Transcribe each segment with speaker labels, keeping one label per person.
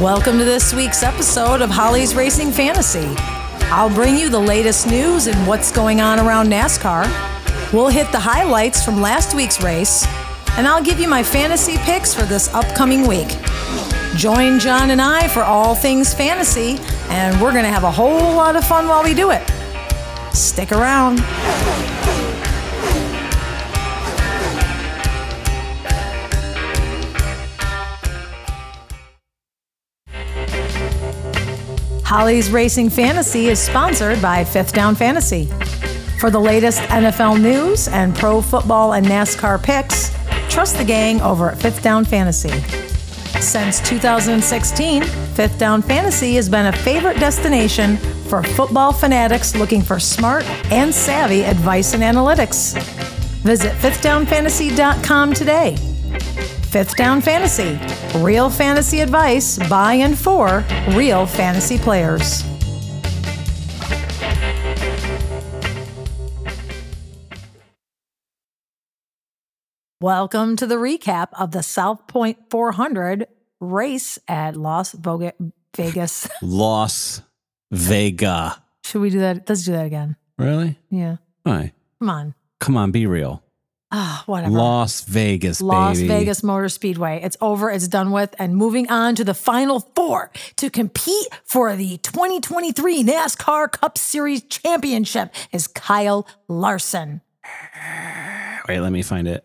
Speaker 1: Welcome to this week's episode of Holly's Racing Fantasy. I'll bring you the latest news and what's going on around NASCAR. We'll hit the highlights from last week's race, and I'll give you my fantasy picks for this upcoming week. Join John and I for all things fantasy, and we're going to have a whole lot of fun while we do it. Stick around. Holly's Racing Fantasy is sponsored by Fifth Down Fantasy. For the latest NFL news and pro football and NASCAR picks, trust the gang over at Fifth Down Fantasy. Since 2016, Fifth Down Fantasy has been a favorite destination for football fanatics looking for smart and savvy advice and analytics. Visit fifthdownfantasy.com today. Fifth Down Fantasy, real fantasy advice by and for real fantasy players. Welcome to the recap of the South Point 400 race at Las Voga- Vegas.
Speaker 2: Las Vegas.
Speaker 1: Should we do that? Let's do that again.
Speaker 2: Really?
Speaker 1: Yeah.
Speaker 2: All right.
Speaker 1: Come on.
Speaker 2: Come on, be real.
Speaker 1: Ah, whatever.
Speaker 2: Las Vegas,
Speaker 1: Las
Speaker 2: baby.
Speaker 1: Vegas Motor Speedway. It's over, it's done with, and moving on to the final four to compete for the 2023 NASCAR Cup Series Championship is Kyle Larson.
Speaker 2: Wait, let me find it.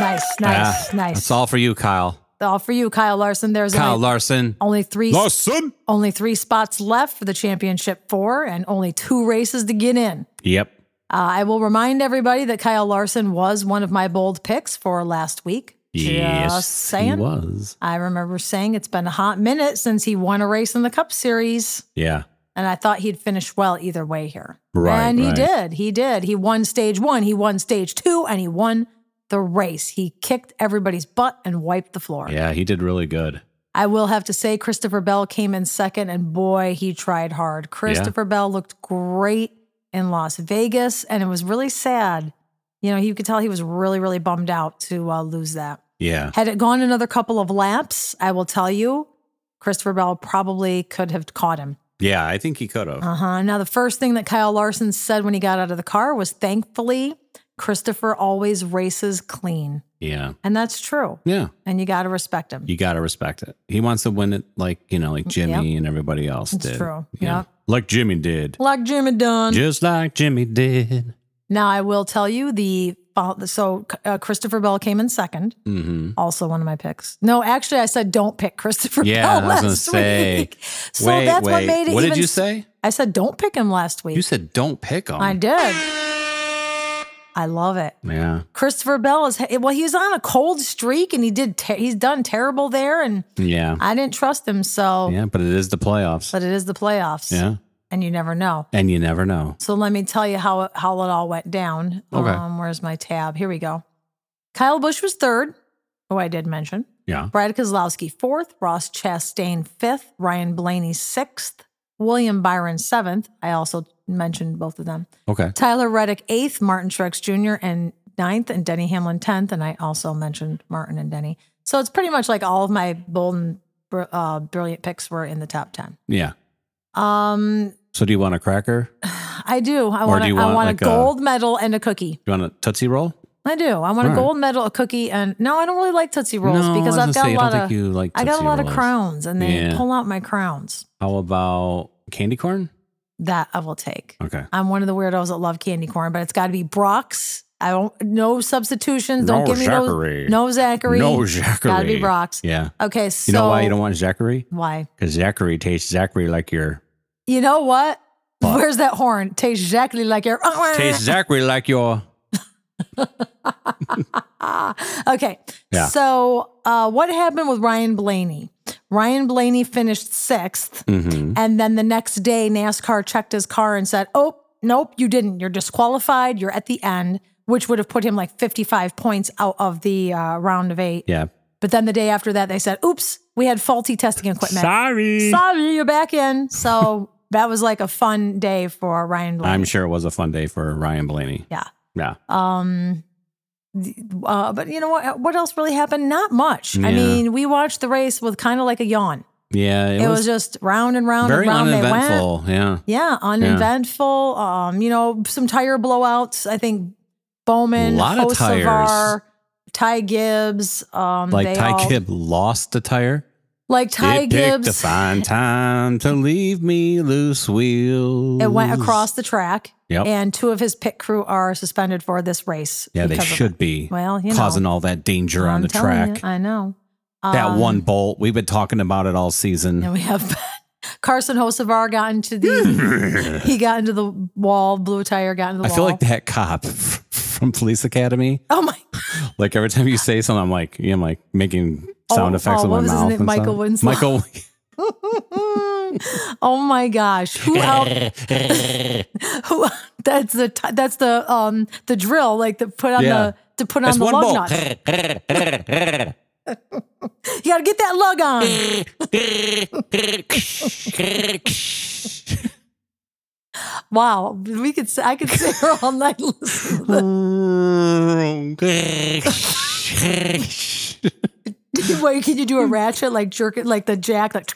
Speaker 1: Nice, nice,
Speaker 2: Ah,
Speaker 1: nice.
Speaker 2: That's all for you, Kyle.
Speaker 1: All for you, Kyle Larson. There's
Speaker 2: Kyle
Speaker 1: only,
Speaker 2: Larson.
Speaker 1: only three
Speaker 2: Larson.
Speaker 1: only three spots left for the championship four, and only two races to get in.
Speaker 2: Yep.
Speaker 1: Uh, I will remind everybody that Kyle Larson was one of my bold picks for last week.
Speaker 2: yes,
Speaker 1: Just saying.
Speaker 2: he was.
Speaker 1: I remember saying it's been a hot minute since he won a race in the Cup Series,
Speaker 2: Yeah.
Speaker 1: and I thought he'd finish well either way here.
Speaker 2: Right,
Speaker 1: and he
Speaker 2: right.
Speaker 1: did. He did. He won stage one, he won stage two, and he won the race. He kicked everybody's butt and wiped the floor.
Speaker 2: Yeah, he did really good.
Speaker 1: I will have to say, Christopher Bell came in second, and boy, he tried hard. Christopher Bell looked great in Las Vegas, and it was really sad. You know, you could tell he was really, really bummed out to uh, lose that.
Speaker 2: Yeah.
Speaker 1: Had it gone another couple of laps, I will tell you, Christopher Bell probably could have caught him.
Speaker 2: Yeah, I think he could have.
Speaker 1: Uh huh. Now, the first thing that Kyle Larson said when he got out of the car was thankfully, Christopher always races clean.
Speaker 2: yeah.
Speaker 1: And that's true.
Speaker 2: Yeah.
Speaker 1: And you got to respect him.
Speaker 2: You got to respect it. He wants to win it like, you know, like Jimmy and everybody else
Speaker 1: Mm, It's
Speaker 2: did.
Speaker 1: true.
Speaker 2: Yeah.
Speaker 1: Yep.
Speaker 2: Like Jimmy did.
Speaker 1: Like Jimmy Dunn.
Speaker 2: Just like Jimmy did.
Speaker 1: Now, I will tell you the so uh, Christopher Bell came in second,
Speaker 2: Mm-hmm.
Speaker 1: also one of my picks. No, actually, I said don't pick Christopher
Speaker 2: Yeah,
Speaker 1: Bell
Speaker 2: I was
Speaker 1: last
Speaker 2: gonna say,
Speaker 1: week. So that's what made it
Speaker 2: What
Speaker 1: even.
Speaker 2: did you
Speaker 1: s-
Speaker 2: say?
Speaker 1: I said don't pick him last week.
Speaker 2: You said don't pick him.
Speaker 1: I did. I love it.
Speaker 2: yeah.
Speaker 1: Christopher Bell is well. He's on a cold streak, and he did. Ter- he's done terrible there, and
Speaker 2: Yeah.
Speaker 1: I didn't trust him. So,
Speaker 2: Yeah, but it is the playoffs.
Speaker 1: Oh. but it is the playoffs,
Speaker 2: yeah.
Speaker 1: and you never know.
Speaker 2: And you never know.
Speaker 1: So let me tell you how how it all went down.
Speaker 2: Okay.
Speaker 1: Um, where's my tab? Here we go. Kyle Bush was third, who I did mention.
Speaker 2: Yeah.
Speaker 1: Brad Kozlowski fourth, Ross Chastain fifth, Ryan Blaney sixth, William Byron seventh. I also mentioned both of them.
Speaker 2: Okay.
Speaker 1: Tyler Reddick eighth, Martin Truex Jr. and ninth, and Denny Hamlin tenth. And I also mentioned Martin and Denny. So it's pretty much like all of my bold and br- uh, brilliant picks were in the top ten.
Speaker 2: Yeah.
Speaker 1: Um,
Speaker 2: So do you want a cracker? Do
Speaker 1: I do. I
Speaker 2: Or
Speaker 1: want.
Speaker 2: do
Speaker 1: I
Speaker 2: you
Speaker 1: want
Speaker 2: want,
Speaker 1: a
Speaker 2: like, a-
Speaker 1: gold medal and a cookie.
Speaker 2: you want a Tootsie Roll?
Speaker 1: I do. I want a
Speaker 2: All right.
Speaker 1: gold medal, a cookie, and no, I don't really like Tootsie Rolls because
Speaker 2: I
Speaker 1: I've
Speaker 2: was
Speaker 1: got
Speaker 2: gonna
Speaker 1: a
Speaker 2: say, I
Speaker 1: lot
Speaker 2: don't
Speaker 1: of
Speaker 2: think you like
Speaker 1: I got a
Speaker 2: Tootsie
Speaker 1: lot of
Speaker 2: Rolls.
Speaker 1: crowns, and they
Speaker 2: Yeah.
Speaker 1: pull out my crowns.
Speaker 2: How about candy corn?
Speaker 1: That I will take.
Speaker 2: Okay.
Speaker 1: I'm one of the weirdos that love candy corn, but it's got to be Brock's. I don't no substitutions. Don't
Speaker 2: No
Speaker 1: give me
Speaker 2: Zachary.
Speaker 1: no no Zachary.
Speaker 2: No Zachary.
Speaker 1: Got to be Brock's.
Speaker 2: Yeah.
Speaker 1: Okay, so
Speaker 2: You know why you don't want Zachary?
Speaker 1: why?
Speaker 2: Because Zachary tastes Zachary like your
Speaker 1: You know what? Where's that horn? Tastes exactly like your.
Speaker 2: tastes Zachary like your
Speaker 1: Ah, okay.
Speaker 2: Yeah.
Speaker 1: So, uh, what happened with Ryan Blaney? Ryan Blaney finished 6th
Speaker 2: Mhm.
Speaker 1: and then the next day, NASCAR checked his car and said, "Oh, nope, you didn't. You're disqualified. You're at the end," which would have put him like 55 points out of the uh, round of eight.
Speaker 2: yeah.
Speaker 1: But then the day after that, they said, "Oops, we had faulty testing equipment.
Speaker 2: Sorry.
Speaker 1: Sorry, you're back in." So that was like a fun day for Ryan Blaney. Uh,
Speaker 2: I'm sure it was a fun day for Ryan Blaney.
Speaker 1: yeah.
Speaker 2: Yeah.
Speaker 1: Um, Uh, but you know what? What else really happened? Not much. I
Speaker 2: Yeah.
Speaker 1: mean, we watched the race with kind of like a yawn.
Speaker 2: Yeah,
Speaker 1: It, was, just round and round
Speaker 2: very
Speaker 1: and round they went.
Speaker 2: uneventful. Yeah.
Speaker 1: Yeah, uneventful. Um, you know, some tire blowouts. I think Bowman,
Speaker 2: A lot of
Speaker 1: Hocevar,
Speaker 2: tires.
Speaker 1: Ty Gibbs. Um,
Speaker 2: Like
Speaker 1: they
Speaker 2: Ty
Speaker 1: all-
Speaker 2: Gibb lost a tire.
Speaker 1: Like Ty
Speaker 2: it picked a
Speaker 1: Gibbs.
Speaker 2: fine time to leave me loose wheels.
Speaker 1: It went across the track,
Speaker 2: Yep.
Speaker 1: and two of his pit crew are suspended for this race.
Speaker 2: yeah, they
Speaker 1: because of
Speaker 2: should
Speaker 1: it.
Speaker 2: be
Speaker 1: Well, you know,
Speaker 2: causing all that danger on
Speaker 1: I'm
Speaker 2: the
Speaker 1: telling
Speaker 2: track.
Speaker 1: you, I know.
Speaker 2: that
Speaker 1: Um,
Speaker 2: one bolt we've been talking about it all season.
Speaker 1: And we have Carson Hosevar got into the he got into the wall, blew a tire, got into the
Speaker 2: I
Speaker 1: wall.
Speaker 2: feel like that cop from Police Academy.
Speaker 1: oh my
Speaker 2: Like every time you say something, I'm like, yeah, I'm like making sound
Speaker 1: Oh,
Speaker 2: effects
Speaker 1: oh,
Speaker 2: with
Speaker 1: what
Speaker 2: my
Speaker 1: was his
Speaker 2: mouth.
Speaker 1: name?
Speaker 2: and
Speaker 1: Michael
Speaker 2: stuff.
Speaker 1: Winslow.
Speaker 2: Michael.
Speaker 1: oh my gosh. Who else who that's the ti- that's the um the drill like to put on
Speaker 2: Yeah.
Speaker 1: the to put on
Speaker 2: That's
Speaker 1: the
Speaker 2: one
Speaker 1: lug
Speaker 2: bolt.
Speaker 1: nuts. You gotta get that lug on. wow. We could s- I could sit here all night listening to this. Wait, can you do a ratchet like jerk it like the jack like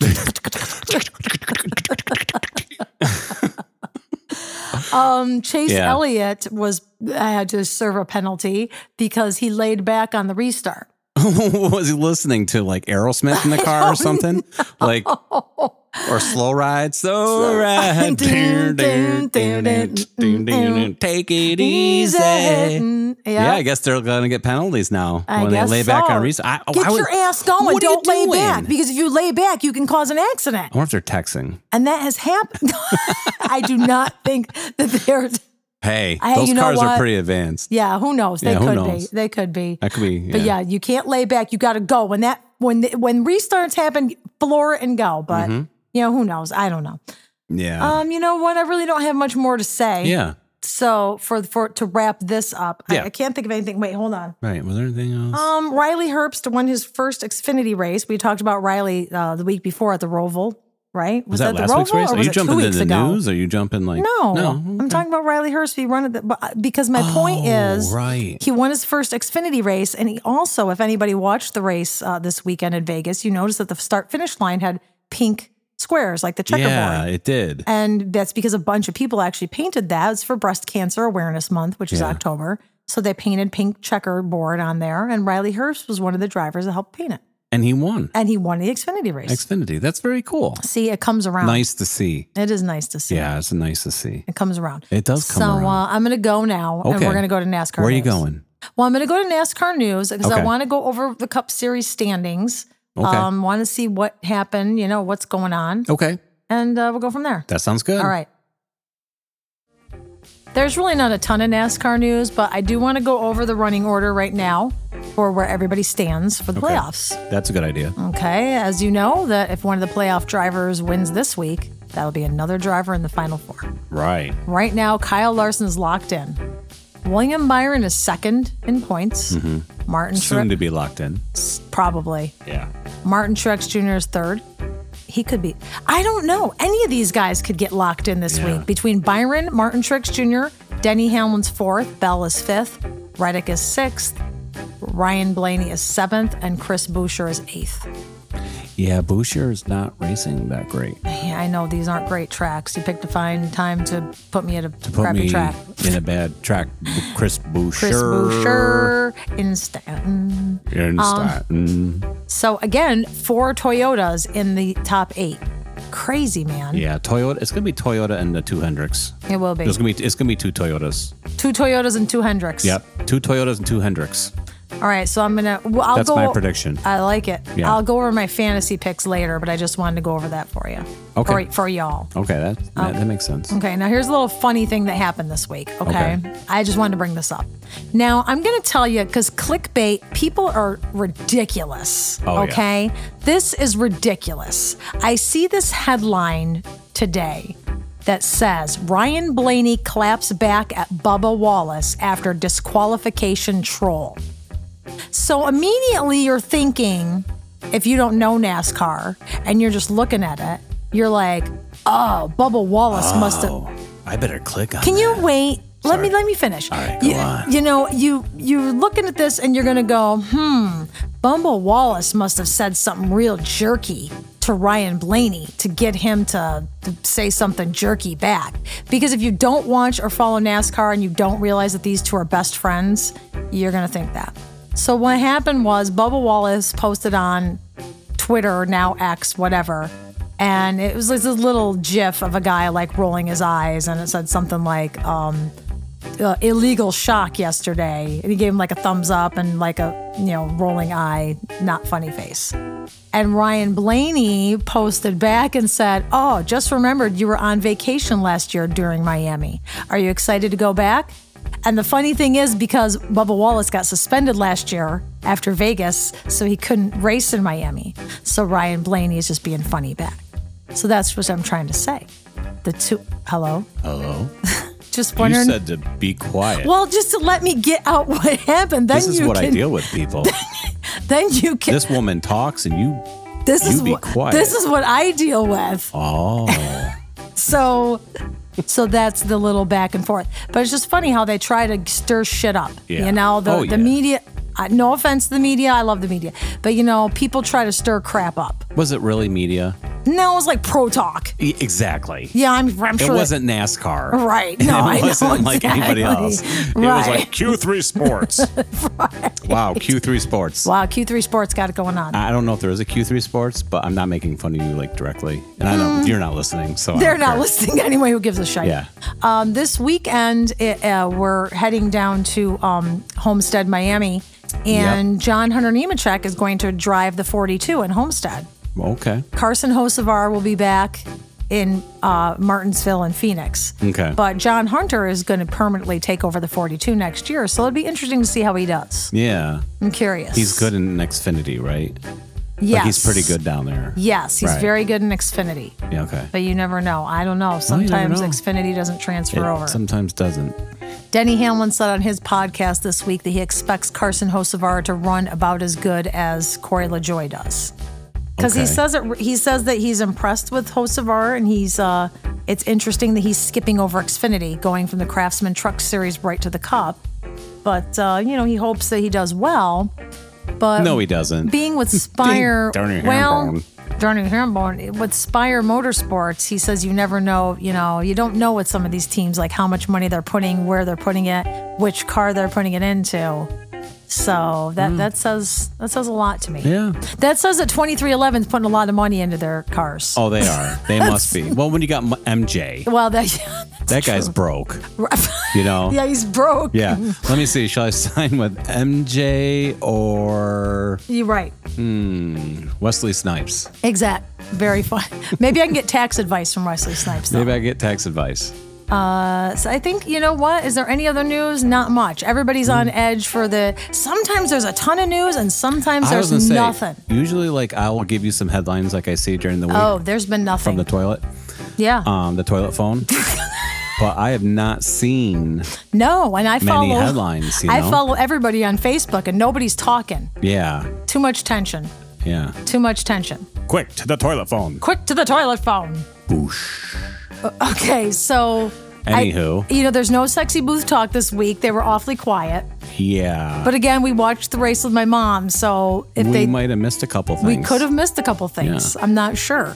Speaker 1: Um, Chase
Speaker 2: Yeah.
Speaker 1: Elliott was I had to serve a penalty because he laid back on the restart.
Speaker 2: what was he listening to? Like Aerosmith in the
Speaker 1: Oh,
Speaker 2: car or something? Like or Slow Ride? Slow Ride.
Speaker 1: Dun, dun, dun, dun, dun, dun.
Speaker 2: Take it
Speaker 1: He's
Speaker 2: easy.
Speaker 1: a hitting.
Speaker 2: Yeah,
Speaker 1: Yeah.
Speaker 2: I guess they're going to get penalties now
Speaker 1: I
Speaker 2: when
Speaker 1: guess
Speaker 2: they lay back
Speaker 1: so.
Speaker 2: on reason. I, oh,
Speaker 1: Get
Speaker 2: I would-
Speaker 1: your ass going.
Speaker 2: What are you
Speaker 1: Don't lay back
Speaker 2: doing?
Speaker 1: because if you lay back, you can cause an accident.
Speaker 2: I wonder if they're texting.
Speaker 1: And that has happened. I do not think that they're.
Speaker 2: Hey,
Speaker 1: Hey,
Speaker 2: those
Speaker 1: you know
Speaker 2: cars
Speaker 1: what?
Speaker 2: are pretty advanced.
Speaker 1: Yeah, who knows? They
Speaker 2: Yeah, who
Speaker 1: could
Speaker 2: knows?
Speaker 1: be. They could be.
Speaker 2: That could be.
Speaker 1: But yeah, you can't lay back. You got to go when that when the, when restarts happen, floor it and go. But
Speaker 2: Mm-hmm.
Speaker 1: you know who knows? I don't know.
Speaker 2: Yeah.
Speaker 1: Um, you know what? I really don't have much more to say.
Speaker 2: yeah.
Speaker 1: So for for to wrap this up, I,
Speaker 2: Yeah.
Speaker 1: I can't think of anything. Wait, hold on.
Speaker 2: Right. Was there anything else?
Speaker 1: Um, Riley Herbst won his first Xfinity race. We talked about Riley uh, the week before at the Roval, right?
Speaker 2: was that,
Speaker 1: the
Speaker 2: last week's
Speaker 1: Roval
Speaker 2: race?
Speaker 1: or
Speaker 2: Are
Speaker 1: was
Speaker 2: you
Speaker 1: it two
Speaker 2: jumping into
Speaker 1: weeks
Speaker 2: the
Speaker 1: ago?
Speaker 2: news? Are you jumping like
Speaker 1: No,
Speaker 2: No.
Speaker 1: I'm talking about Riley Herbst. He run at the but, uh, because my point
Speaker 2: Oh,
Speaker 1: is
Speaker 2: right.
Speaker 1: he won his first Xfinity race, and he also, if anybody watched the race uh, this weekend in Vegas, you noticed that the start finish line had pink squares like the checkerboard.
Speaker 2: Yeah, it did.
Speaker 1: And that's because a bunch of people actually painted that. It's for Breast Cancer Awareness Month, which is
Speaker 2: Yeah.
Speaker 1: October. So they painted pink checkerboard on there, and Riley Herbst was one of the drivers that helped paint it,
Speaker 2: And he won.
Speaker 1: and he won the Xfinity race.
Speaker 2: Xfinity. That's very cool.
Speaker 1: see, it comes around.
Speaker 2: Nice to see.
Speaker 1: It is nice to see.
Speaker 2: Yeah, it's nice to see.
Speaker 1: It comes around.
Speaker 2: It does come
Speaker 1: so
Speaker 2: around.
Speaker 1: Uh, I'm going to go now, and
Speaker 2: Okay.
Speaker 1: we're going to go to NASCAR.
Speaker 2: Where are you
Speaker 1: news.
Speaker 2: going?
Speaker 1: Well, I'm going to go to NASCAR news because I
Speaker 2: Okay.
Speaker 1: want to go over the Cup Series standings.
Speaker 2: Okay.
Speaker 1: Um, want to see what happened. You know what's going on,
Speaker 2: Okay.
Speaker 1: and uh, we'll go from there.
Speaker 2: That sounds good.
Speaker 1: All right. There's really not a ton of NASCAR news, but I do want to go over the running order right now for where everybody stands for the
Speaker 2: Okay.
Speaker 1: playoffs.
Speaker 2: That's a good idea.
Speaker 1: Okay, as you know, that if one of the playoff drivers wins this week, that'll be another driver in the final four.
Speaker 2: Right.
Speaker 1: Right now, Kyle Larson's locked in. William Byron is second in points. Martin
Speaker 2: Mm-hmm. Soon
Speaker 1: Truex,
Speaker 2: to be locked in.
Speaker 1: probably.
Speaker 2: Yeah.
Speaker 1: Martin Truex Jr. is third. He could be. I don't know. Any of these guys could get locked in this
Speaker 2: Yeah.
Speaker 1: week between Byron, Martin Truex Jr., Denny Hamlin's fourth, Bell is fifth, Reddick is sixth, Ryan Blaney is seventh, and Chris Boucher is eighth.
Speaker 2: Yeah, Boucher is not racing that great.
Speaker 1: Yeah, I know these aren't great tracks. You picked a fine time to put me at a
Speaker 2: Put
Speaker 1: crappy
Speaker 2: me
Speaker 1: track.
Speaker 2: in a bad track. Chris Boucher.
Speaker 1: Chris Boucher in Stanton. Um,
Speaker 2: In Mm, Staten.
Speaker 1: So again, four Toyotas in the top eight. Crazy man.
Speaker 2: Yeah, Toyota. It's gonna be Toyota and the two Hendricks.
Speaker 1: It will be
Speaker 2: There's gonna be it's gonna be two Toyotas.
Speaker 1: two Toyotas and two Hendricks.
Speaker 2: Yep, two Toyotas and two Hendricks.
Speaker 1: All right, so I'm gonna. Well, I'll
Speaker 2: That's
Speaker 1: go,
Speaker 2: my prediction.
Speaker 1: I like it.
Speaker 2: Yeah.
Speaker 1: I'll go over my fantasy picks later, but I just wanted to go over that for you.
Speaker 2: Okay.
Speaker 1: For, for y'all.
Speaker 2: Okay, that that, that makes sense.
Speaker 1: Okay, Mm. now here's a little funny thing that happened this week. Okay.
Speaker 2: Okay.
Speaker 1: I just wanted to bring this up. Now, I'm going to tell you because clickbait, people are ridiculous.
Speaker 2: Oh, yeah.
Speaker 1: okay. This is ridiculous. I see this headline today that says Ryan Blaney claps back at Bubba Wallace after disqualification troll. So immediately you're thinking, if you don't know NASCAR and you're just looking at it, you're like, oh, Bubba Wallace must have.
Speaker 2: I better click on.
Speaker 1: Can you wait? Let me let me finish. All
Speaker 2: right, go
Speaker 1: you,
Speaker 2: on.
Speaker 1: you know, you you're looking at this and you're gonna go, hmm, Bumble Wallace must have said something real jerky to Ryan Blaney to get him to, to say something jerky back. Because if you don't watch or follow NASCAR and you don't realize that these two are best friends, you're gonna think that. So what happened was Bubba Wallace posted on Twitter, now X, whatever. And it was like this little gif of a guy like rolling his eyes, and it said something like, um, uh, illegal shock yesterday. And he gave him like a thumbs up and like a, you know, rolling eye, not funny face. And Ryan Blaney posted back and said, Oh, just remembered you were on vacation last year during Miami. Are you excited to go back? And the funny thing is, because Bubba Wallace got suspended last year after Vegas, so he couldn't race in Miami. So Ryan Blaney is just being funny back. So that's what I'm trying to say. The two, hello?
Speaker 2: Hello.
Speaker 1: Just
Speaker 2: You
Speaker 1: wondering.
Speaker 2: said to be quiet.
Speaker 1: Well, just to let me get out what happened, then
Speaker 2: this is
Speaker 1: you
Speaker 2: what
Speaker 1: can.
Speaker 2: I deal with people.
Speaker 1: Then you can. This,
Speaker 2: this woman talks and you.
Speaker 1: is
Speaker 2: you be
Speaker 1: what.
Speaker 2: quiet.
Speaker 1: This is what I deal with.
Speaker 2: Oh.
Speaker 1: So, so that's the little back and forth. But it's just funny how they try to stir shit up.
Speaker 2: Yeah.
Speaker 1: You know the
Speaker 2: Oh,
Speaker 1: the
Speaker 2: yeah.
Speaker 1: media. I, no offense to the media, I love the media, but you know people try to stir crap up.
Speaker 2: Was it really media?
Speaker 1: No, it's like pro talk.
Speaker 2: E- Exactly.
Speaker 1: Yeah, I'm. I'm
Speaker 2: It
Speaker 1: sure that-
Speaker 2: wasn't NASCAR.
Speaker 1: Right. No,
Speaker 2: it
Speaker 1: I know,
Speaker 2: wasn't like anybody else.
Speaker 1: exactly.
Speaker 2: It
Speaker 1: Right.
Speaker 2: was like Q3 Sports. Wow, Q3 Sports.
Speaker 1: Wow, Q3 Sports got it going on.
Speaker 2: I don't know if there is a Q3 Sports, but I'm not making fun of you like directly. And I know you're not listening, so I
Speaker 1: Mm. They're
Speaker 2: don't
Speaker 1: not
Speaker 2: care.
Speaker 1: listening anyway. Who gives a shit?
Speaker 2: Yeah.
Speaker 1: Um, this weekend, it, uh, we're heading down to um, Homestead, Miami, and
Speaker 2: Yep.
Speaker 1: John Hunter Nemechek is going to drive the 42 in Homestead.
Speaker 2: Okay.
Speaker 1: Carson Hosevar will be back in uh, Martinsville and Phoenix.
Speaker 2: Okay.
Speaker 1: But John Hunter is going to permanently take over the 42 next year, so it'll be interesting to see how he does.
Speaker 2: Yeah.
Speaker 1: I'm curious.
Speaker 2: He's good in Xfinity, right?
Speaker 1: Yes.
Speaker 2: Like he's pretty good down there.
Speaker 1: Yes, he's
Speaker 2: Right.
Speaker 1: very good in Xfinity.
Speaker 2: Yeah, okay.
Speaker 1: But you never know. I don't know. Sometimes
Speaker 2: know.
Speaker 1: Xfinity doesn't transfer over.
Speaker 2: It sometimes doesn't.
Speaker 1: Denny Hamlin said on his podcast this week that he expects Carson Hosevar to run about as good as Corey LaJoy does. Because he
Speaker 2: Okay.
Speaker 1: says it, he says that he's impressed with Hosevar, and he's uh, it's interesting that he's skipping over Xfinity, going from the Craftsman Truck Series right to the Cup. But uh, you know, he hopes that he does well. But
Speaker 2: No, he doesn't.
Speaker 1: being with Spire,
Speaker 2: Darn your
Speaker 1: well,
Speaker 2: herringbone.
Speaker 1: darn your herringbone, with Spire Motorsports, he says you never know, you know, you don't know with some of these teams, like how much money they're putting, where they're putting it, which car they're putting it into. So that, that says that says a lot to me.
Speaker 2: Hmm. Yeah.
Speaker 1: That says that 2311's putting a lot of money into their cars.
Speaker 2: Oh, they are. They must be. Well, when you got M- MJ,
Speaker 1: Well, that,
Speaker 2: that guy's broke. You know?
Speaker 1: yeah, he's broke.
Speaker 2: Yeah. Let me see. Shall I sign with MJ or
Speaker 1: You're right.
Speaker 2: Wesley Snipes?
Speaker 1: Exact. Very fun. Maybe I can get tax advice from Wesley Snipes. Though.
Speaker 2: Maybe I get tax advice.
Speaker 1: So I think you know what. Is there any other news? Not much. Everybody's on
Speaker 2: Hmm.
Speaker 1: edge for the. Sometimes there's a ton of news, and sometimes
Speaker 2: I was
Speaker 1: there's
Speaker 2: gonna say,
Speaker 1: nothing.
Speaker 2: usually, like I will give you some headlines, like I see during the week
Speaker 1: Oh, there's been
Speaker 2: from
Speaker 1: nothing.
Speaker 2: the toilet,
Speaker 1: yeah.
Speaker 2: um, the toilet phone. but I have not seen.
Speaker 1: no, and I follow
Speaker 2: headlines, you
Speaker 1: I
Speaker 2: know?
Speaker 1: follow everybody on Facebook, and nobody's talking.
Speaker 2: Yeah,
Speaker 1: Too much tension.
Speaker 2: yeah.
Speaker 1: Too much tension.
Speaker 2: Quick to the toilet phone.
Speaker 1: Quick to the toilet phone. Boosh. Okay, so. I-
Speaker 2: Anywho.
Speaker 1: you know, there's no sexy booth talk this week. They were awfully quiet.
Speaker 2: Yeah,
Speaker 1: But again, we watched the race with my mom, so if
Speaker 2: we
Speaker 1: they
Speaker 2: might have missed a couple things.
Speaker 1: We could have missed a couple things. I'm not sure.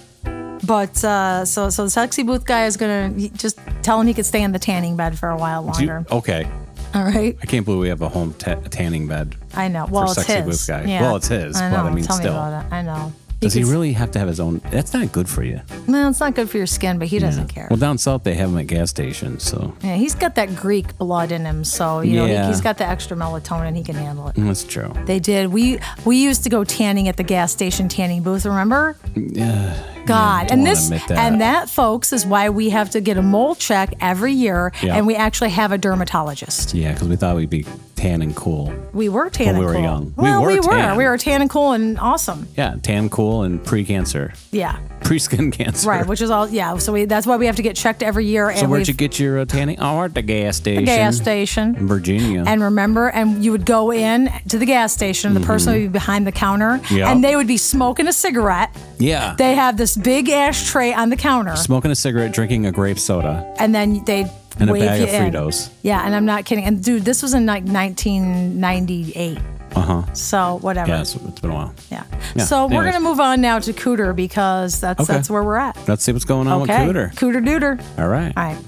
Speaker 1: But uh, so so the sexy booth guy is gonna he- just tell him he could stay in the tanning bed for a while
Speaker 2: Do you-
Speaker 1: longer.
Speaker 2: okay,
Speaker 1: All right,
Speaker 2: I can't believe we have a home ta tanning bed.
Speaker 1: I know. Well, it's
Speaker 2: sexy
Speaker 1: his.
Speaker 2: booth guy. Well, it's his,
Speaker 1: I
Speaker 2: but
Speaker 1: know.
Speaker 2: I mean,
Speaker 1: tell
Speaker 2: still.
Speaker 1: me about it. I know.
Speaker 2: Does he
Speaker 1: could-
Speaker 2: really have to have his own? That's not good for you.
Speaker 1: No, it's not good for your skin, but he doesn't care.
Speaker 2: Well, down south they have them at gas stations, so
Speaker 1: yeah, he's got that Greek blood in him, so you know
Speaker 2: Yeah.
Speaker 1: he, he's got the extra melatonin. He can handle it.
Speaker 2: mm, that's true.
Speaker 1: They did. We we used to go tanning at the gas station tanning booth. Remember?
Speaker 2: Yeah,
Speaker 1: God,
Speaker 2: don't
Speaker 1: and
Speaker 2: wanna
Speaker 1: this
Speaker 2: admit that.
Speaker 1: and that, folks, is why we have to get a mole check every year,
Speaker 2: Yeah.
Speaker 1: and we actually have a dermatologist.
Speaker 2: yeah, because we thought we'd be tan and cool.
Speaker 1: We were tan
Speaker 2: When we
Speaker 1: and
Speaker 2: were
Speaker 1: cool.
Speaker 2: young. We
Speaker 1: Well,
Speaker 2: were
Speaker 1: we were.
Speaker 2: tan.
Speaker 1: We were tan and cool and awesome.
Speaker 2: Yeah, tan, cool, and pre-cancer,
Speaker 1: Yeah,
Speaker 2: pre-skin cancer.
Speaker 1: right. Which is all. Yeah, so we, that's why we have to get checked every year.
Speaker 2: So
Speaker 1: and
Speaker 2: where'd you
Speaker 1: we've-
Speaker 2: get your uh, tanning? Oh, at the gas station.
Speaker 1: gas station?
Speaker 2: in Virginia.
Speaker 1: And remember, and you would go in to the gas station. The person would be behind the counter,
Speaker 2: Mm-hmm. Yeah.
Speaker 1: and they would be smoking a cigarette.
Speaker 2: yeah.
Speaker 1: They have this big ashtray on the counter,
Speaker 2: Smoking a cigarette, drinking a grape soda.
Speaker 1: and then they
Speaker 2: and a
Speaker 1: wave
Speaker 2: bag
Speaker 1: you
Speaker 2: of
Speaker 1: in.
Speaker 2: Fritos.
Speaker 1: Yeah, and I'm not kidding. And dude, this was in like 1998.
Speaker 2: Uh huh.
Speaker 1: So whatever.
Speaker 2: Yeah, it's, it's been a while.
Speaker 1: Yeah.
Speaker 2: Yeah,
Speaker 1: So we're
Speaker 2: anyways.
Speaker 1: gonna move on now to Cooter because that's
Speaker 2: Okay.
Speaker 1: that's where we're at.
Speaker 2: Let's see what's going on
Speaker 1: Okay.
Speaker 2: with Cooter.
Speaker 1: Cooter Dooter.
Speaker 2: All right.
Speaker 1: All right.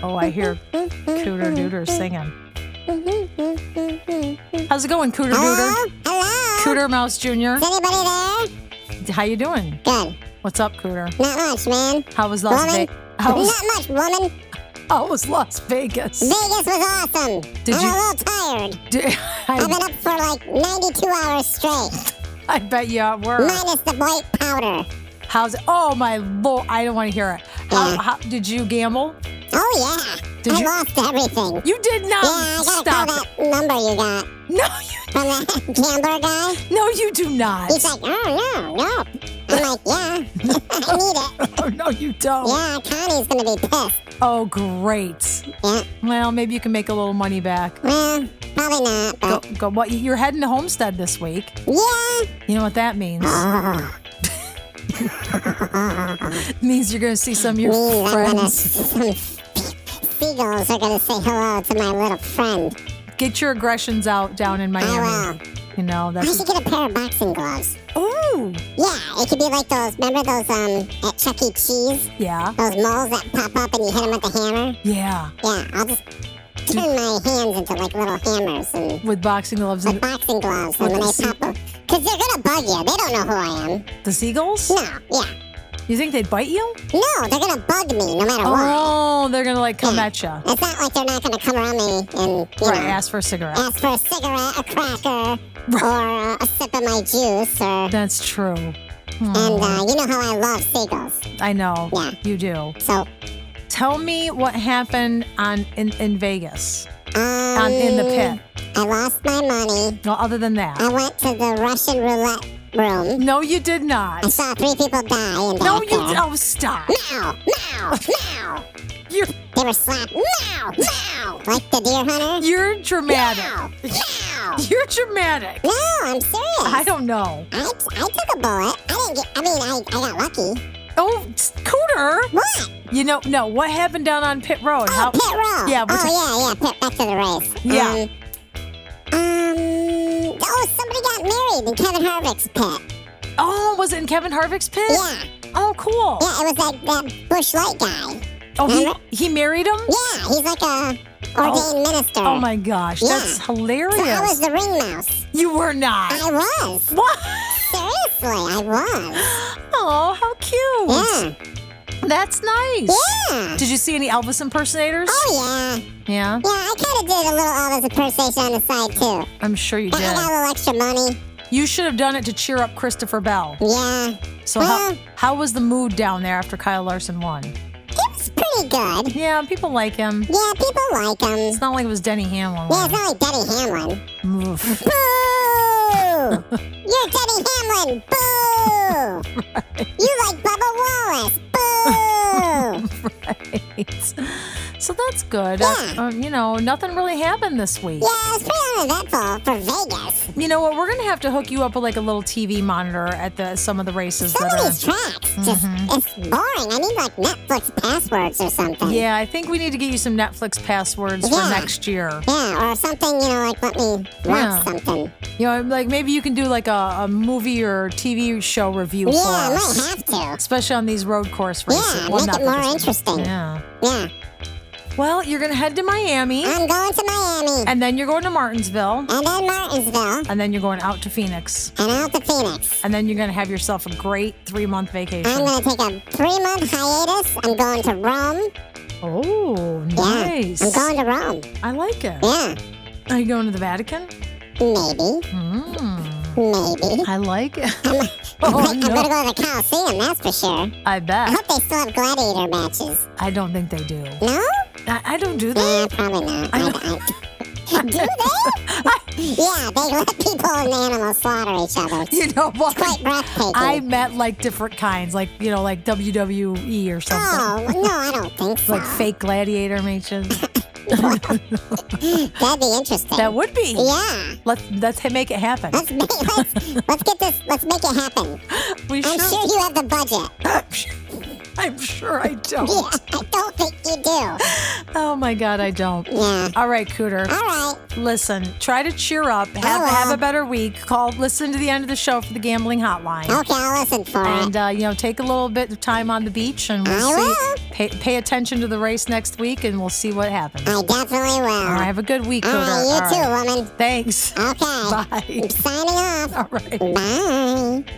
Speaker 1: Oh, I hear Cooter Dooter singing. How's it going, Cooter Dooter?
Speaker 3: Hello? Hello?
Speaker 1: Cooter Mouse Jr.
Speaker 3: Is anybody there?
Speaker 1: How you doing?
Speaker 3: Good.
Speaker 1: What's up, Cooter?
Speaker 3: Not much, man.
Speaker 1: How was Las
Speaker 3: Woman?
Speaker 1: Vegas? How was,
Speaker 3: Not much, woman.
Speaker 1: how was Las Vegas?
Speaker 3: Vegas was awesome.
Speaker 1: Did
Speaker 3: I'm
Speaker 1: you- Oh.
Speaker 3: a little tired.
Speaker 1: Did-
Speaker 3: I've
Speaker 1: I,
Speaker 3: been up for like 92 hours straight,
Speaker 1: I bet you were.
Speaker 3: minus the white powder.
Speaker 1: How's Oh my lord! I don't want to hear it. How, how, did you gamble?
Speaker 3: Oh, yeah.
Speaker 1: Did
Speaker 3: I
Speaker 1: you-
Speaker 3: lost everything.
Speaker 1: You did not.
Speaker 3: yeah, I gotta
Speaker 1: Stop
Speaker 3: call
Speaker 1: it.
Speaker 3: that number you got
Speaker 1: No, you
Speaker 3: from that gambler guy.
Speaker 1: no, you do not.
Speaker 3: He's like, oh, no, no. I'm like, yeah, I need it.
Speaker 1: Oh, no, you don't.
Speaker 3: Yeah, Connie's gonna be pissed.
Speaker 1: Oh, great.
Speaker 3: Yeah,
Speaker 1: Well, maybe you can make a little money back.
Speaker 3: well, probably not,
Speaker 1: Go,
Speaker 3: but
Speaker 1: go. What? You're heading to Homestead this week.
Speaker 3: yeah.
Speaker 1: You know what that means? means you're gonna see some of
Speaker 3: Means
Speaker 1: your
Speaker 3: I'm gonna,
Speaker 1: friends.
Speaker 3: some seagulls are gonna say hello to my little friend.
Speaker 1: Get your aggressions out down in Miami. You know
Speaker 3: I
Speaker 1: that's.
Speaker 3: should get a pair of boxing gloves.
Speaker 1: Ooh.
Speaker 3: Yeah, it could be like those. Remember those um at Chuck E. Cheese?
Speaker 1: Yeah.
Speaker 3: Those moles that pop up and you hit them with the hammer.
Speaker 1: Yeah.
Speaker 3: Yeah, I'll just turn my hands into like little hammers and
Speaker 1: With boxing gloves
Speaker 3: like
Speaker 1: and
Speaker 3: boxing gloves, and when
Speaker 1: Like a
Speaker 3: they pop up, cause they're gonna bug you. They don't know who I am.
Speaker 1: the seagulls.
Speaker 3: No, yeah,
Speaker 1: You think they'd bite you?
Speaker 3: no, they're gonna bug me no matter what.
Speaker 1: Oh, they're gonna like come at you. Right?
Speaker 3: It's not like they're not gonna come around me and you know.
Speaker 1: Ask for a cigarette.
Speaker 3: ask for a cigarette, a cracker, or uh, a sip of my juice, or
Speaker 1: That's true.
Speaker 3: and uh, you know how I love seagulls.
Speaker 1: I know.
Speaker 3: Yeah.
Speaker 1: You do.
Speaker 3: So
Speaker 1: Tell me what happened on in, in Vegas.
Speaker 3: um,
Speaker 1: On in the pit.
Speaker 3: I lost my money.
Speaker 1: No, other than
Speaker 3: I
Speaker 1: that.
Speaker 3: went to the Russian roulette room.
Speaker 1: No, you did
Speaker 3: I
Speaker 1: not.
Speaker 3: saw three people die in
Speaker 1: No,
Speaker 3: back
Speaker 1: you
Speaker 3: there.
Speaker 1: oh stop.
Speaker 3: Meow, meow, meow.
Speaker 1: You're
Speaker 3: They were slapped. Meow, meow. Like the deer hunter.
Speaker 1: you're
Speaker 3: Meow,
Speaker 1: dramatic.
Speaker 3: meow.
Speaker 1: You're dramatic.
Speaker 3: No, I'm serious.
Speaker 1: I
Speaker 3: I,
Speaker 1: don't know.
Speaker 3: I, took a bullet. I didn't get. I mean, I, I got lucky.
Speaker 1: Oh, s- Cooter.
Speaker 3: What?
Speaker 1: You know, no. What happened down on pit road?
Speaker 3: Oh, pit row.
Speaker 1: Yeah,
Speaker 3: Yeah.
Speaker 1: we're ta-
Speaker 3: Oh, yeah, yeah. Pit, back to the race.
Speaker 1: Yeah.
Speaker 3: Um, um, Oh, somebody got married in Kevin Harvick's pit.
Speaker 1: oh, was it in Kevin Harvick's pit?
Speaker 3: Yeah.
Speaker 1: Oh, cool.
Speaker 3: Yeah. It was that that Bush Light guy.
Speaker 1: Oh, he he married him.
Speaker 3: Yeah. He's like a ordained minister.
Speaker 1: Oh my gosh,
Speaker 3: Yeah.
Speaker 1: that's hilarious.
Speaker 3: So I was the ring mouse.
Speaker 1: You were not.
Speaker 3: I was.
Speaker 1: What?
Speaker 3: Seriously, I was.
Speaker 1: Oh, how cute.
Speaker 3: Yeah.
Speaker 1: That's nice.
Speaker 3: Yeah.
Speaker 1: Did you see any Elvis impersonators?
Speaker 3: Oh yeah.
Speaker 1: Yeah,
Speaker 3: Yeah. I kind of did a little Elvis impersonation on the side too.
Speaker 1: I'm sure you
Speaker 3: I
Speaker 1: did.
Speaker 3: got a little extra money.
Speaker 1: You should have done it to cheer up Christopher Bell.
Speaker 3: Yeah.
Speaker 1: So how,
Speaker 3: Well-
Speaker 1: how was the mood down there after Kyle Larson won?
Speaker 3: It was pretty good.
Speaker 1: Yeah, people like him.
Speaker 3: Yeah. People like him.
Speaker 1: It's not like it was Denny Hamlin.
Speaker 3: Yeah,
Speaker 1: winning.
Speaker 3: it's not like Denny Hamlin.
Speaker 1: Oof.
Speaker 3: Boo! You're Denny Hamlin. Boo! You like Bubba Wallace. Boo!
Speaker 1: Right. So that's good.
Speaker 3: Yeah.
Speaker 1: Uh, you know, nothing really happened this week.
Speaker 3: yeah, it's pretty uneventful for Vegas.
Speaker 1: You know what? We're gonna have to hook you up with like a little TV monitor at the some of the races
Speaker 3: Some
Speaker 1: that Mm-hmm.
Speaker 3: of
Speaker 1: are.
Speaker 3: these tracks just it's boring. I need like Netflix passwords or something.
Speaker 1: Yeah, I think we need to get you some Netflix passwords for
Speaker 3: Yeah.
Speaker 1: next year.
Speaker 3: Yeah, or something, you know, like let me watch
Speaker 1: Yeah.
Speaker 3: something.
Speaker 1: You know, like maybe you can do like a, a movie or TV show review
Speaker 3: Yeah,
Speaker 1: for
Speaker 3: I might
Speaker 1: us,
Speaker 3: have to.
Speaker 1: especially on these road course races.
Speaker 3: Yeah,
Speaker 1: Well,
Speaker 3: make
Speaker 1: not
Speaker 3: it
Speaker 1: that
Speaker 3: more
Speaker 1: this-
Speaker 3: interesting. Yeah.
Speaker 1: Yeah. Well, you're gonna head to Miami,
Speaker 3: I'm going to Miami
Speaker 1: and then you're going to Martinsville,
Speaker 3: and then Martinsville
Speaker 1: and then you're going out to Phoenix,
Speaker 3: and out to Phoenix.
Speaker 1: and then you're gonna have yourself a great three month vacation.
Speaker 3: I'm gonna take a three month hiatus. I'm going to Rome.
Speaker 1: oh,
Speaker 3: Yeah.
Speaker 1: nice.
Speaker 3: I'm going to Rome.
Speaker 1: I like it.
Speaker 3: Yeah.
Speaker 1: Are you going to the Vatican? Hmm.
Speaker 3: Maybe. Maybe.
Speaker 1: I like it.
Speaker 3: I'm,
Speaker 1: oh
Speaker 3: I'm
Speaker 1: no,
Speaker 3: gonna go to the Coliseum, that's for sure.
Speaker 1: I
Speaker 3: I
Speaker 1: bet.
Speaker 3: hope they still have gladiator matches.
Speaker 1: I don't think they do.
Speaker 3: No?
Speaker 1: I, I don't do that.
Speaker 3: Yeah, probably not.
Speaker 1: Uh-huh.
Speaker 3: I, I, do they? yeah, they let people and animals slaughter each other.
Speaker 1: You know what?
Speaker 3: Quite breathtaking.
Speaker 1: I met like different kinds, like you know, like WWE or something,
Speaker 3: Oh, no, I don't think so.
Speaker 1: like fake gladiator matches.
Speaker 3: That'd be interesting.
Speaker 1: That would be.
Speaker 3: yeah.
Speaker 1: Let's let's ha- make it happen.
Speaker 3: Let's make, let's, let's get this. Let's make it happen.
Speaker 1: We
Speaker 3: I'm
Speaker 1: should.
Speaker 3: sure you have the budget.
Speaker 1: I'm sure I don't.
Speaker 3: Yeah, I don't think you do.
Speaker 1: Oh my god, I don't.
Speaker 3: Yeah.
Speaker 1: All right, Cooter.
Speaker 3: All right.
Speaker 1: Listen, try to cheer up. Have,
Speaker 3: will.
Speaker 1: have a better week. Call, listen to the end of the show for the gambling hotline.
Speaker 3: Okay, I'll listen for it.
Speaker 1: And, uh, you know, take a little bit of time on the beach and we'll
Speaker 3: I
Speaker 1: see. Pay, pay attention to the race next week and we'll see what happens.
Speaker 3: I definitely will.
Speaker 1: All right, have a good week,
Speaker 3: All
Speaker 1: Cooter.
Speaker 3: right, Uh-huh. Uh, you
Speaker 1: All
Speaker 3: too,
Speaker 1: right.
Speaker 3: woman.
Speaker 1: Thanks.
Speaker 3: Okay.
Speaker 1: Bye.
Speaker 3: I'm signing off.
Speaker 1: All right.
Speaker 3: Bye.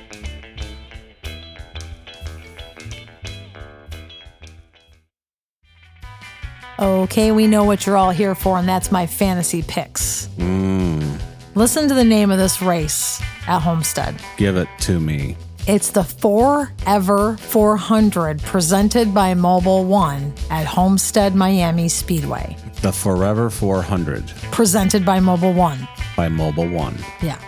Speaker 1: Okay, we know what you're all here for, and that's my fantasy picks.
Speaker 2: Hmm.
Speaker 1: Listen to the name of this race at Homestead.
Speaker 2: Give it to me.
Speaker 1: It's the Forever 400 presented by Mobile One at Homestead Miami Speedway.
Speaker 2: The Forever 400
Speaker 1: Presented by Mobile One.
Speaker 2: by Mobile One.
Speaker 1: Yeah.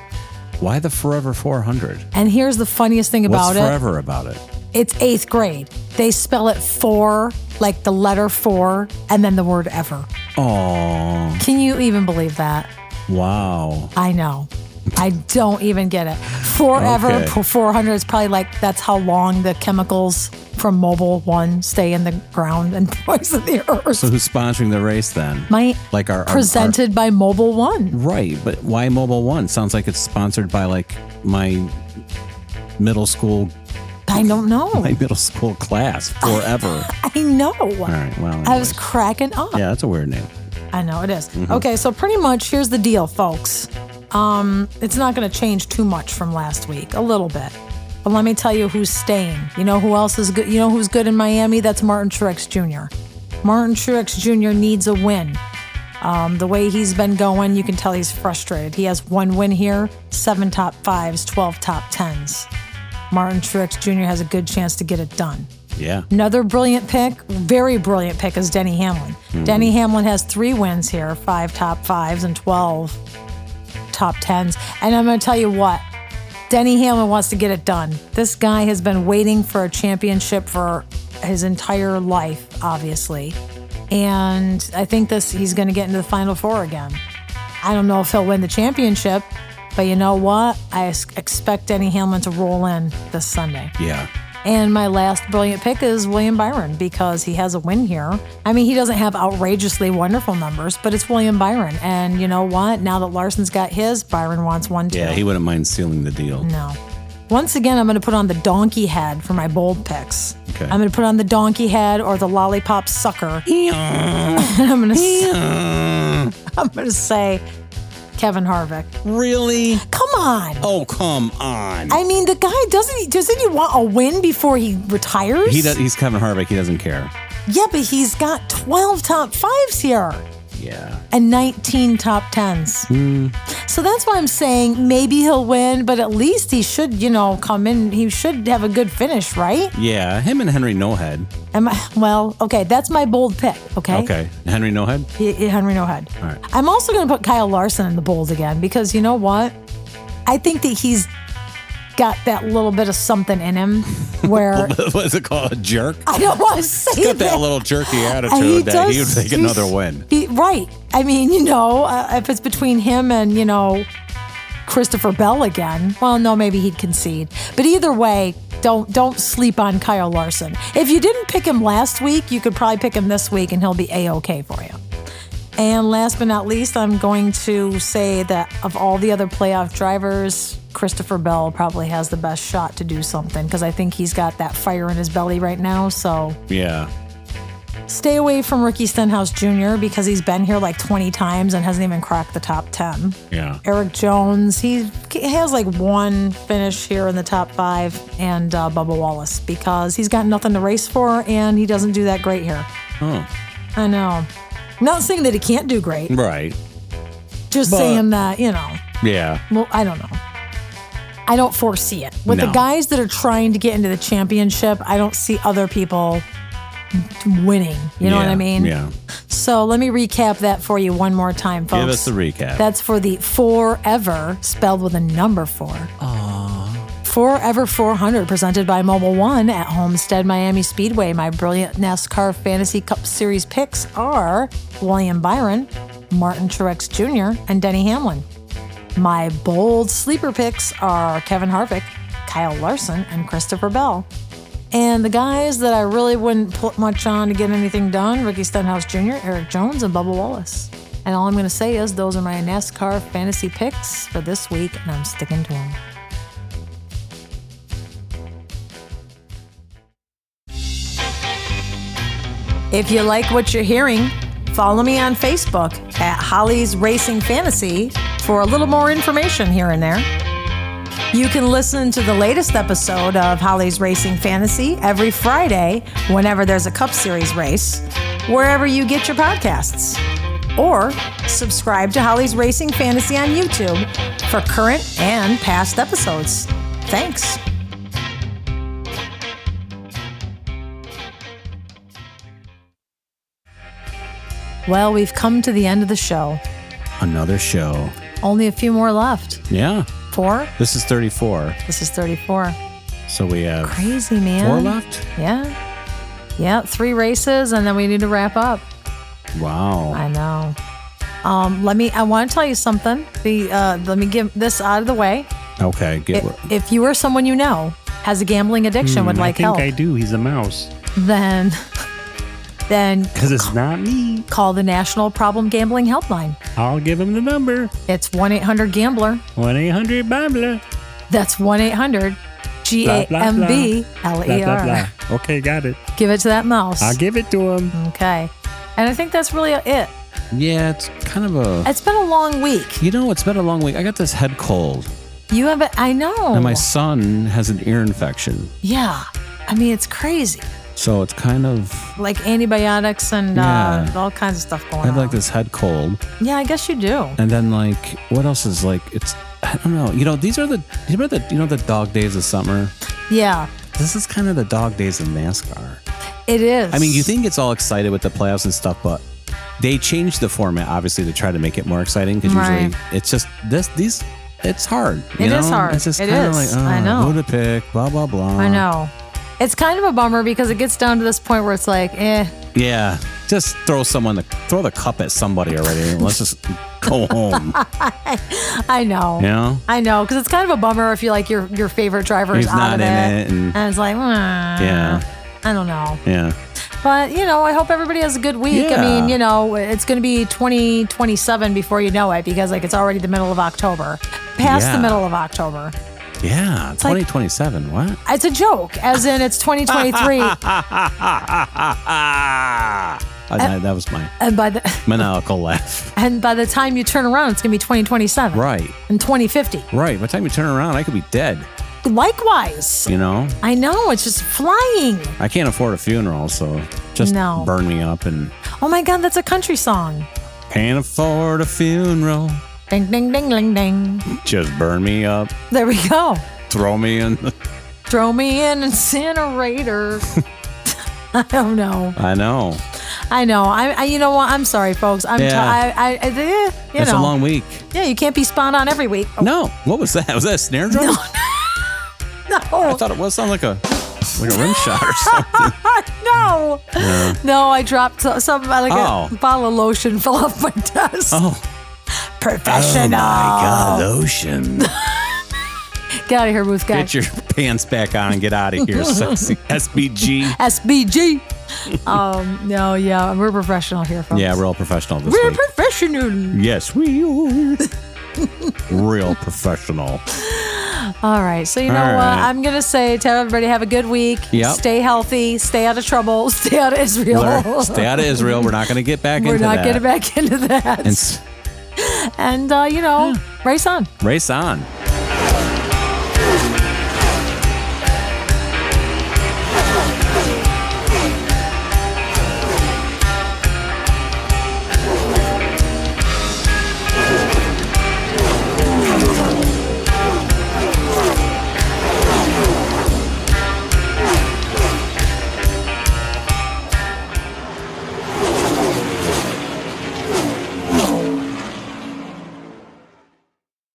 Speaker 2: Why the Forever 400?
Speaker 1: And here's the funniest thing
Speaker 2: What's
Speaker 1: about it
Speaker 2: forever about it?
Speaker 1: it's eighth grade. They spell it four, like the letter four, and then the word ever.
Speaker 2: Oh,
Speaker 1: Can you even believe that?
Speaker 2: wow.
Speaker 1: I know. I don't even get it. Forever
Speaker 2: Okay.
Speaker 1: p- 400 is probably like that's how long the chemicals from Mobile One stay in the ground and poison the earth.
Speaker 2: So who's sponsoring the race then?
Speaker 1: My
Speaker 2: like our our- our-
Speaker 1: presented by Mobile One.
Speaker 2: right, but why Mobile One? Sounds like it's sponsored by like my middle school
Speaker 1: I don't know.
Speaker 2: my middle school class forever.
Speaker 1: I know.
Speaker 2: All right, well,
Speaker 1: I was
Speaker 2: anyways.
Speaker 1: cracking up.
Speaker 2: yeah, that's a weird name.
Speaker 1: I know it is. Okay, so pretty much here's the deal, folks. Um, it's not going to change too much from last week, a little bit. But let me tell you who's staying. You know who else is good? You know who's good in Miami? That's Martin Truex Jr. Martin Truex Jr. needs a win. Um, the way he's been going, you can tell he's frustrated. He has one win here, seven top fives, 12 top tens. Martin Truex Jr. has a good chance to get it done.
Speaker 2: Yeah.
Speaker 1: Another brilliant pick, very brilliant pick, is Denny Hamlin. Denny Hamlin has three wins here five top fives and 12 top tens. And I'm going to tell you what, Denny Hamlin wants to get it done. This guy has been waiting for a championship for his entire life, obviously. And I think this he's going to get into the final four again. I don't know if he'll win the championship, but you know what? I s- expect Denny Hamlin to roll in this Sunday.
Speaker 2: Yeah.
Speaker 1: And my last brilliant pick is William Byron because he has a win here. I mean, he doesn't have outrageously wonderful numbers, but it's William Byron. And you know what? Now that Larson's got his, Byron wants one too.
Speaker 2: Yeah, he wouldn't mind sealing the deal.
Speaker 1: No. Once again, I'm going to put on the donkey head for my bold picks.
Speaker 2: Okay.
Speaker 1: I'm going to put on the donkey head or the lollipop sucker. And I'm going to I'm going to say Kevin Harvick.
Speaker 2: Really?
Speaker 1: Come on.
Speaker 2: Oh, come on.
Speaker 1: I mean, the guy doesn't he doesn't he want a win before he retires?
Speaker 2: He does, he's Kevin Harvick. He doesn't care.
Speaker 1: Yeah, but he's got 12 top fives here
Speaker 2: Yeah.
Speaker 1: and 19 top tens.
Speaker 2: Hmm.
Speaker 1: So that's why I'm saying maybe he'll win, but at least he should, you know, come in. He should have a good finish, right?
Speaker 2: Yeah. Him and Henry Nohead.
Speaker 1: Am I, well, okay, that's my bold pick, okay?
Speaker 2: Okay. Henry Nohead?
Speaker 1: He- he- Henry no head.
Speaker 2: All right.
Speaker 1: I'm also going to put Kyle Larson in the bold again because you know what? I think that he's got that little bit of something in him where
Speaker 2: What's it called? A jerk?
Speaker 1: I don't want to say
Speaker 2: He's got
Speaker 1: that.
Speaker 2: that little jerky
Speaker 1: Oh, And
Speaker 2: attitude that he would
Speaker 1: does-
Speaker 2: take
Speaker 1: he's-
Speaker 2: another win.
Speaker 1: he- right. I mean, you know, uh, if it's between him and, you know, Christopher Bell again, well, no, maybe he'd concede. But either way, don't don't sleep on Kyle Larson. If you didn't pick him last week, you could probably pick him this week and he'll be A-OK for you. And last but not least, I'm going to say that of all the other playoff drivers, Christopher Bell probably has the best shot to do something because I think he's got that fire in his belly right now. So
Speaker 2: Yeah.
Speaker 1: Stay away from Ricky Stenhouse Jr. because he's been here like 20 times and hasn't even cracked the top 10.
Speaker 2: Yeah.
Speaker 1: Eric Jones, he has like one finish here in the top five, and uh, Bubba Wallace because he's got nothing to race for and he doesn't do that great here.
Speaker 2: Oh.
Speaker 1: I know. Not saying that he can't do great,
Speaker 2: Right.
Speaker 1: just
Speaker 2: But-
Speaker 1: saying that, you know,
Speaker 2: Yeah.
Speaker 1: well, I don't know. I don't foresee it. With the
Speaker 2: No.
Speaker 1: guys that are trying to get into the championship, I don't see other people winning. You know what
Speaker 2: Yeah.
Speaker 1: I mean?
Speaker 2: Yeah.
Speaker 1: So let me recap that for you one more time, folks.
Speaker 2: Give us the recap.
Speaker 1: That's for the forever, spelled with a number four. Forever 400, presented by Mobile One at Homestead Miami Speedway. My brilliant NASCAR Fantasy Cup Series picks are William Byron, Martin Truex Jr., and Denny Hamlin. My bold sleeper picks are Kevin Harvick, Kyle Larson, and Christopher Bell. And the guys that I really wouldn't put much on to get anything done Ricky Stenhouse Jr., Eric Jones, and Bubba Wallace. And all I'm going to say is those are my NASCAR fantasy picks for this week, and I'm sticking to them. If you like what you're hearing, follow me on Facebook at Holly's Racing Fantasy for a little more information here and there. You can listen to the latest episode of Holly's Racing Fantasy every Friday whenever there's a Cup Series race, wherever you get your podcasts. Or subscribe to Holly's Racing Fantasy on YouTube for current and past episodes. Thanks. Well, we've come to the end of the show.
Speaker 2: Another show.
Speaker 1: Only a few more left.
Speaker 2: Yeah.
Speaker 1: Four?
Speaker 2: This is 34.
Speaker 1: This is 34.
Speaker 2: So we have
Speaker 1: Crazy, man.
Speaker 2: four left.
Speaker 1: Yeah. Yeah, three races, and then we need to wrap up.
Speaker 2: Wow.
Speaker 1: I know. Um, let me. I want to tell you something. The uh, let me get this out of the way.
Speaker 2: Okay. Get
Speaker 1: If, if you or someone you know has a gambling addiction would
Speaker 4: Hmm,
Speaker 1: like
Speaker 4: I think
Speaker 1: help,
Speaker 4: I do. He's a mouse.
Speaker 1: then then
Speaker 4: Because it's not me.
Speaker 1: call the National Problem Gambling Helpline.
Speaker 4: I'll give him the number
Speaker 1: It's one eight hundred Gambler.
Speaker 4: 1 800 Babla.
Speaker 1: That's one eight hundred G A M B L
Speaker 4: Blah,
Speaker 1: E
Speaker 4: blah,
Speaker 1: R.
Speaker 4: blah. Okay, got it.
Speaker 1: Give it to that mouse.
Speaker 4: I'll give it to him.
Speaker 1: Okay. And I think that's really it.
Speaker 2: yeah, it's kind of a.
Speaker 1: It's been a long week.
Speaker 2: You know, it's been a long week. I got this head cold,
Speaker 1: You have a, I know.
Speaker 2: and my son has an ear infection.
Speaker 1: yeah. I mean, it's crazy.
Speaker 2: So it's kind of.
Speaker 1: Like antibiotics and
Speaker 2: Yeah.
Speaker 1: uh, all kinds of stuff going
Speaker 2: I have
Speaker 1: on.
Speaker 2: like this head cold,
Speaker 1: Yeah, I guess you do.
Speaker 2: and then like what else is like it's I don't know. You know, these are the you know the you know the dog days of summer.
Speaker 1: Yeah,
Speaker 2: This is kind of the dog days of NASCAR.
Speaker 1: it is.
Speaker 2: I mean, you think it's all excited with the playoffs and stuff, but they changed the format obviously to try to make it more exciting because
Speaker 1: Right.
Speaker 2: usually it's just this these it's hard.
Speaker 1: It
Speaker 2: You know?
Speaker 1: is hard.
Speaker 2: It's just
Speaker 1: It
Speaker 2: kind of like
Speaker 1: is.
Speaker 2: oh,
Speaker 1: I know.
Speaker 2: who to pick, blah blah blah.
Speaker 1: I know. It's kind of a bummer because it gets down to this point where it's like, eh,
Speaker 2: Yeah, just throw someone the throw the cup at somebody already. and let's just go home.
Speaker 1: I know.
Speaker 2: You know,
Speaker 1: I know, because it's kind of a bummer if you like your your favorite driver
Speaker 2: he's
Speaker 1: is out of
Speaker 2: not
Speaker 1: it,
Speaker 2: in
Speaker 1: Uh-huh.
Speaker 2: it, and
Speaker 1: and it's like,
Speaker 2: Yeah.
Speaker 1: yeah, I don't know.
Speaker 2: yeah.
Speaker 1: But you know, I hope everybody has a good week. I
Speaker 2: Yeah.
Speaker 1: mean, you know, it's going to be 2027 before you know it because like it's already the middle of October, past
Speaker 2: Yeah.
Speaker 1: the middle of October.
Speaker 2: Yeah,
Speaker 1: like-
Speaker 2: 2027. what?
Speaker 1: It's a joke, as in it's 2023,
Speaker 2: Oh, that, that was my
Speaker 1: and by the
Speaker 2: maniacal laugh.
Speaker 1: and by the time you turn around, it's going to be 2027,
Speaker 2: Right,
Speaker 1: And 2050.
Speaker 2: right. By the time you turn around, I could be dead.
Speaker 1: Likewise,
Speaker 2: You know,
Speaker 1: I know it's just flying.
Speaker 2: I can't afford a funeral, so just
Speaker 1: No.
Speaker 2: burn me up and
Speaker 1: Oh my God, that's a country song.
Speaker 2: can't afford a funeral.
Speaker 1: Ding ding ding ding ding.
Speaker 2: Just burn me up,
Speaker 1: There we go.
Speaker 2: throw me in. the-
Speaker 1: Throw me in incinerator. I don't know.
Speaker 2: I know
Speaker 1: I know. I, I you know what? I'm sorry, folks. I'm.
Speaker 2: Yeah.
Speaker 1: T- I, I, I, eh, you
Speaker 2: it's
Speaker 1: know.
Speaker 2: a long week.
Speaker 1: yeah, you can't be spot on every week. Oh,
Speaker 2: No, what was that? Was that a snare drum? I
Speaker 1: no,
Speaker 2: thought it was sound like a like a rim shot or something.
Speaker 1: no, no. I dropped so- some like
Speaker 2: Oh.
Speaker 1: a bottle of lotion fell off my desk.
Speaker 2: Oh,
Speaker 1: Professional.
Speaker 2: lotion.
Speaker 1: Get out of here, Ruth guy.
Speaker 2: Get your pants back on and get out of here, sexy SBG.
Speaker 1: SBG. um. No. Yeah. We're professional here, folks.
Speaker 2: Yeah, we're all professional this
Speaker 1: We're
Speaker 2: week.
Speaker 1: professional.
Speaker 2: yes, we are. Real professional.
Speaker 1: All right. So you know
Speaker 2: All
Speaker 1: what?
Speaker 2: right.
Speaker 1: I'm gonna say to everybody, have a good week.
Speaker 2: Yep.
Speaker 1: Stay healthy. Stay out of trouble. Stay out of Israel.
Speaker 2: Learn- Stay out of Israel. We're not going to get back
Speaker 1: We're
Speaker 2: into
Speaker 1: not
Speaker 2: that.
Speaker 1: getting back into that.
Speaker 2: And s-
Speaker 1: and uh, you know, race on.
Speaker 2: race on.